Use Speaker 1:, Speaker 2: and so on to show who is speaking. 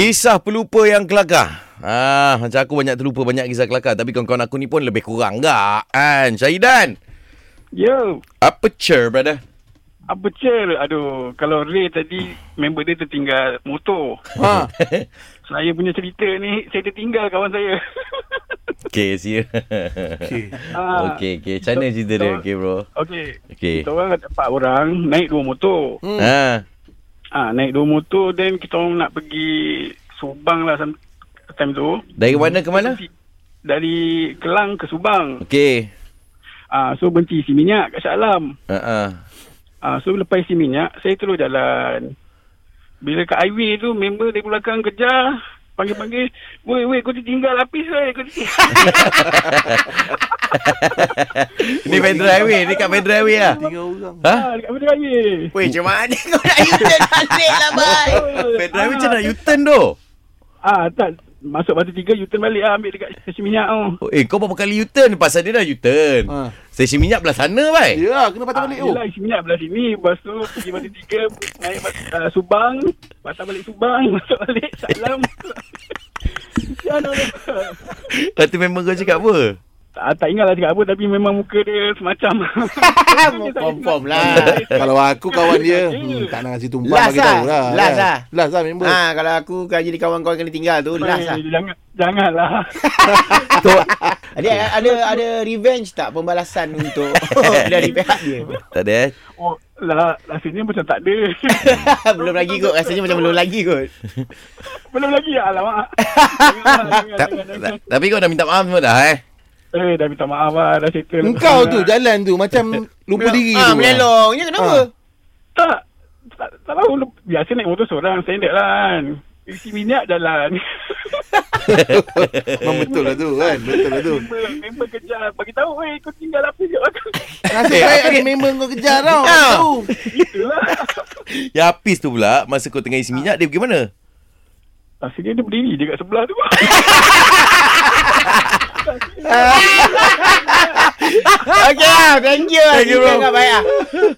Speaker 1: Kisah pelupa yang kelakar. Ah, macam aku banyak terlupa banyak kisah kelakar. Tapi kawan-kawan aku ni pun lebih kurang tak kan? Syahidan.
Speaker 2: Ya,
Speaker 1: Apa cer, brother?
Speaker 2: apa cer? Aduh, kalau Ray tadi member dia tertinggal motor.
Speaker 1: Ha.
Speaker 2: Saya punya cerita ni, saya tertinggal kawan saya.
Speaker 1: okay, see you.
Speaker 3: Okay.
Speaker 2: Ah,
Speaker 1: okay, okay. Macam mana cerita dia? Okay, bro.
Speaker 2: Okey.
Speaker 1: Okay.
Speaker 2: Kita orang ada empat orang naik dua motor.
Speaker 1: Hmm. Ha.
Speaker 2: Ah, naik dua motor then kita orang nak pergi Subang lah sam- time tu.
Speaker 1: Dari mana ke mana?
Speaker 2: Dari Kelang ke Subang.
Speaker 1: Okay.
Speaker 2: Ah, so berhenti isi minyak kat Shah Alam.
Speaker 1: Uh-uh.
Speaker 2: Ah, so lepas isi minyak, saya terus jalan. Bila kat highway tu, member dari belakang kejar. Panggil-panggil, weh, weh, kau tertinggal habis, weh. Kau tertinggal.
Speaker 1: Ni Federal Highway. Ni kat Federal Highway lah.
Speaker 3: Tiga orang.
Speaker 1: Ha?
Speaker 2: Ah, dekat benda highway.
Speaker 1: Weh, macam mana kau nak U-turn balik lah, boy? Federal Highway macam nak U-turn tu?
Speaker 2: Ah, tak. Masuk batu tiga, U-turn balik lah. Ambil dekat stesen minyak tu.
Speaker 1: Oh, eh, kau berapa kali U-turn? Pasal dia dah U-turn.
Speaker 3: Ha.
Speaker 1: Stesen minyak belah sana, boy.
Speaker 3: Ya, yeah, kena
Speaker 2: Ah,
Speaker 3: patah balik tu.
Speaker 2: yelah, isi minyak belah sini. Lepas tu, pergi batu tiga, naik bat- ah, Subang. Patah balik Subang, masuk balik Salam. Ya, no, no.
Speaker 1: Lepas tu memang kau cakap apa?
Speaker 2: Tak, tak ingat lah cakap apa tapi memang muka dia semacam.
Speaker 4: Confirm lah.
Speaker 3: Kalau aku kawan dia, hmm, tak nak kasi tumpang
Speaker 4: Last
Speaker 3: bagi tahu
Speaker 4: lah.
Speaker 3: lah.
Speaker 4: Last
Speaker 3: kan?
Speaker 4: lah.
Speaker 3: Last lah member.
Speaker 4: Ha, kalau aku kau jadi kawan kau kena tinggal tu last lah.
Speaker 2: Eh, Jangan, janganlah.
Speaker 4: Ada ada ada revenge tak pembalasan untuk dari pihak dia?
Speaker 1: Tak ada eh?
Speaker 2: Oh, lah, rasanya macam tak ada.
Speaker 4: belum lagi kot rasanya macam belum lagi kot.
Speaker 2: Belum lagi ya, alamak. Janganlah, jangan,
Speaker 1: Ta-
Speaker 2: jangan,
Speaker 1: ta-
Speaker 2: jangan.
Speaker 1: Tapi kau dah minta maaf semua dah eh?
Speaker 2: Eh, dah minta maaf lah, dah settle. lah.
Speaker 3: Engkau tu jalan tu macam lupa diri
Speaker 4: Ah,
Speaker 3: tu.
Speaker 4: melelong je kenapa?
Speaker 2: Tak, tak, tak tahu. lu- Biasa naik motor seorang, standard lah kan. Isi minyak jalan.
Speaker 3: Memang betul lah tu kan. Betul lah tu.
Speaker 2: member, member kejar, bagi tahu, eh, kau tinggal apa je.
Speaker 3: Nasib baik ada member kau kejar tau.
Speaker 4: Ha.
Speaker 3: Tu.
Speaker 2: Itulah.
Speaker 1: Ya habis tu pula masa kau tengah isi minyak dia pergi mana?
Speaker 2: Rasanya dia berdiri je kat sebelah tu.
Speaker 4: Okey, ah, thank you.
Speaker 1: Ah. Thank you, bro.
Speaker 4: Baik ah.